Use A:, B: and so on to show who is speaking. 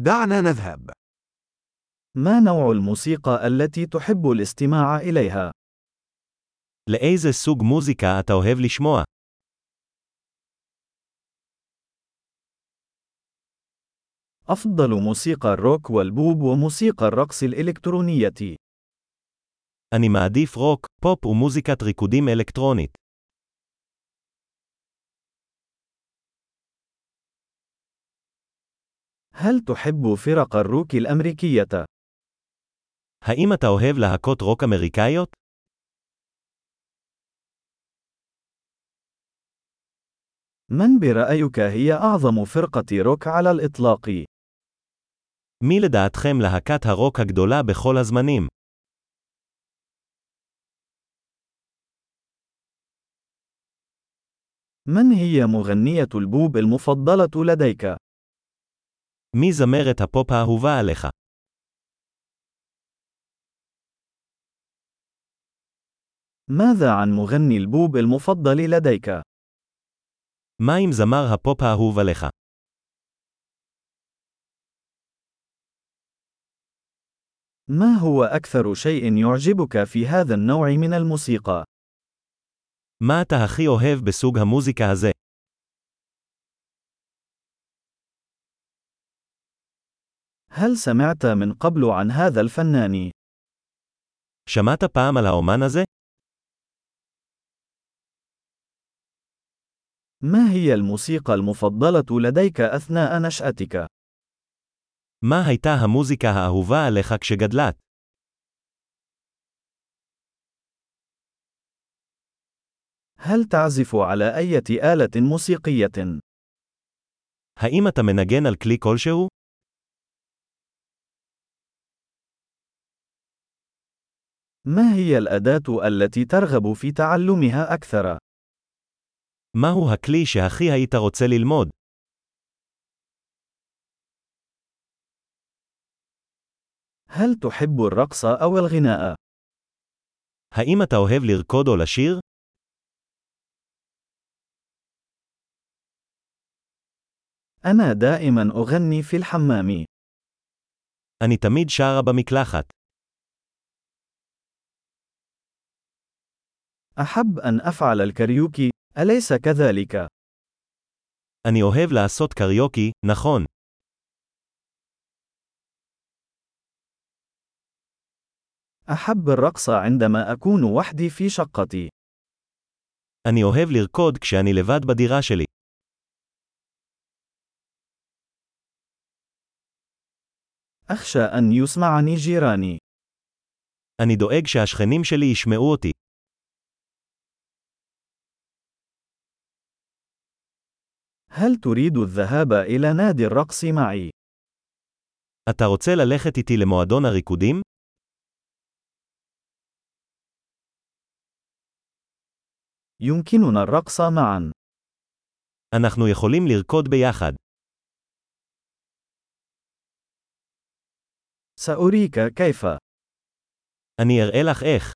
A: دعنا نذهب.
B: ما نوع الموسيقى التي تحب الاستماع إليها؟
C: לאיזה סוג מוזיקה אתה אוהב לשמוע?
B: أفضل موسيقى الروك والبوب وموسيقى الرقص الإلكترونية.
C: אני מעדיף רוק, פופ ומוזיקת ריקודים אלקטרונית.
B: هل تحب فرق الروك الأمريكية؟
C: האם אתה אוהב להקות רוק אמריקאיות?
B: من برأيك هي أعظم فرقة روك على الإطلاق؟
C: מי לדעתכם להקת הרוק הגדולה בכל הזמנים?
B: من هي مغنية البوب المفضلة لديك؟
C: מי זמרת הפופ האהובה עליך?
B: ماذا عن مغني البوب المفضل لديك؟
C: מה עם זמר הפופ האהוב עליך?
B: ما هو أكثر شيء يعجبك في هذا النوع من الموسيقى؟
C: מה אתה הכי אוהב בסוג המוזיקה הזה?
B: هل سمعت من قبل عن هذا الفنان؟
C: שמעת פעם על האומן הזה?
B: ما هي الموسيقى المفضلة لديك أثناء نشأتك؟
C: מה הייתה המוזיקה האהובה עליך כשגדלת?
B: هل تعزف على أية آلة موسيقية؟
C: האם אתה מנגן על כלי כלשהו?
B: ما هي الأداة التي ترغب في تعلمها أكثر؟
C: מהו הכלי שהכי היית רוצה ללמוד?
B: هل تحب الرقص أو الغناء؟
C: האם אתה אוהב לרקוד או לשיר?
B: أنا دائما أغني في الحمام.
C: אני תמיד שרה במקלחת.
B: أحب أن أفعل الكاريوكي، أليس كذلك؟
C: אני אוהב לעשות קריוקי, נכון.
B: أحب الرقص عندما أكون وحدي في شقتي.
C: אני אוהב לרקוד כשאני לבד בדירה שלי.
B: أخشى أن يسمعني جيراني.
C: אני דואג שהשכנים שלי ישמעו אותי.
B: هل تريد الذهاب إلى نادي الرقص معي؟
C: אתה רוצה ללכת איתי למועדון הריקודים?
B: يمكننا الرقص معا.
C: אנחנו יכולים לרקוד ביחד.
B: سأريك كيف.
C: אני אראה לך איך.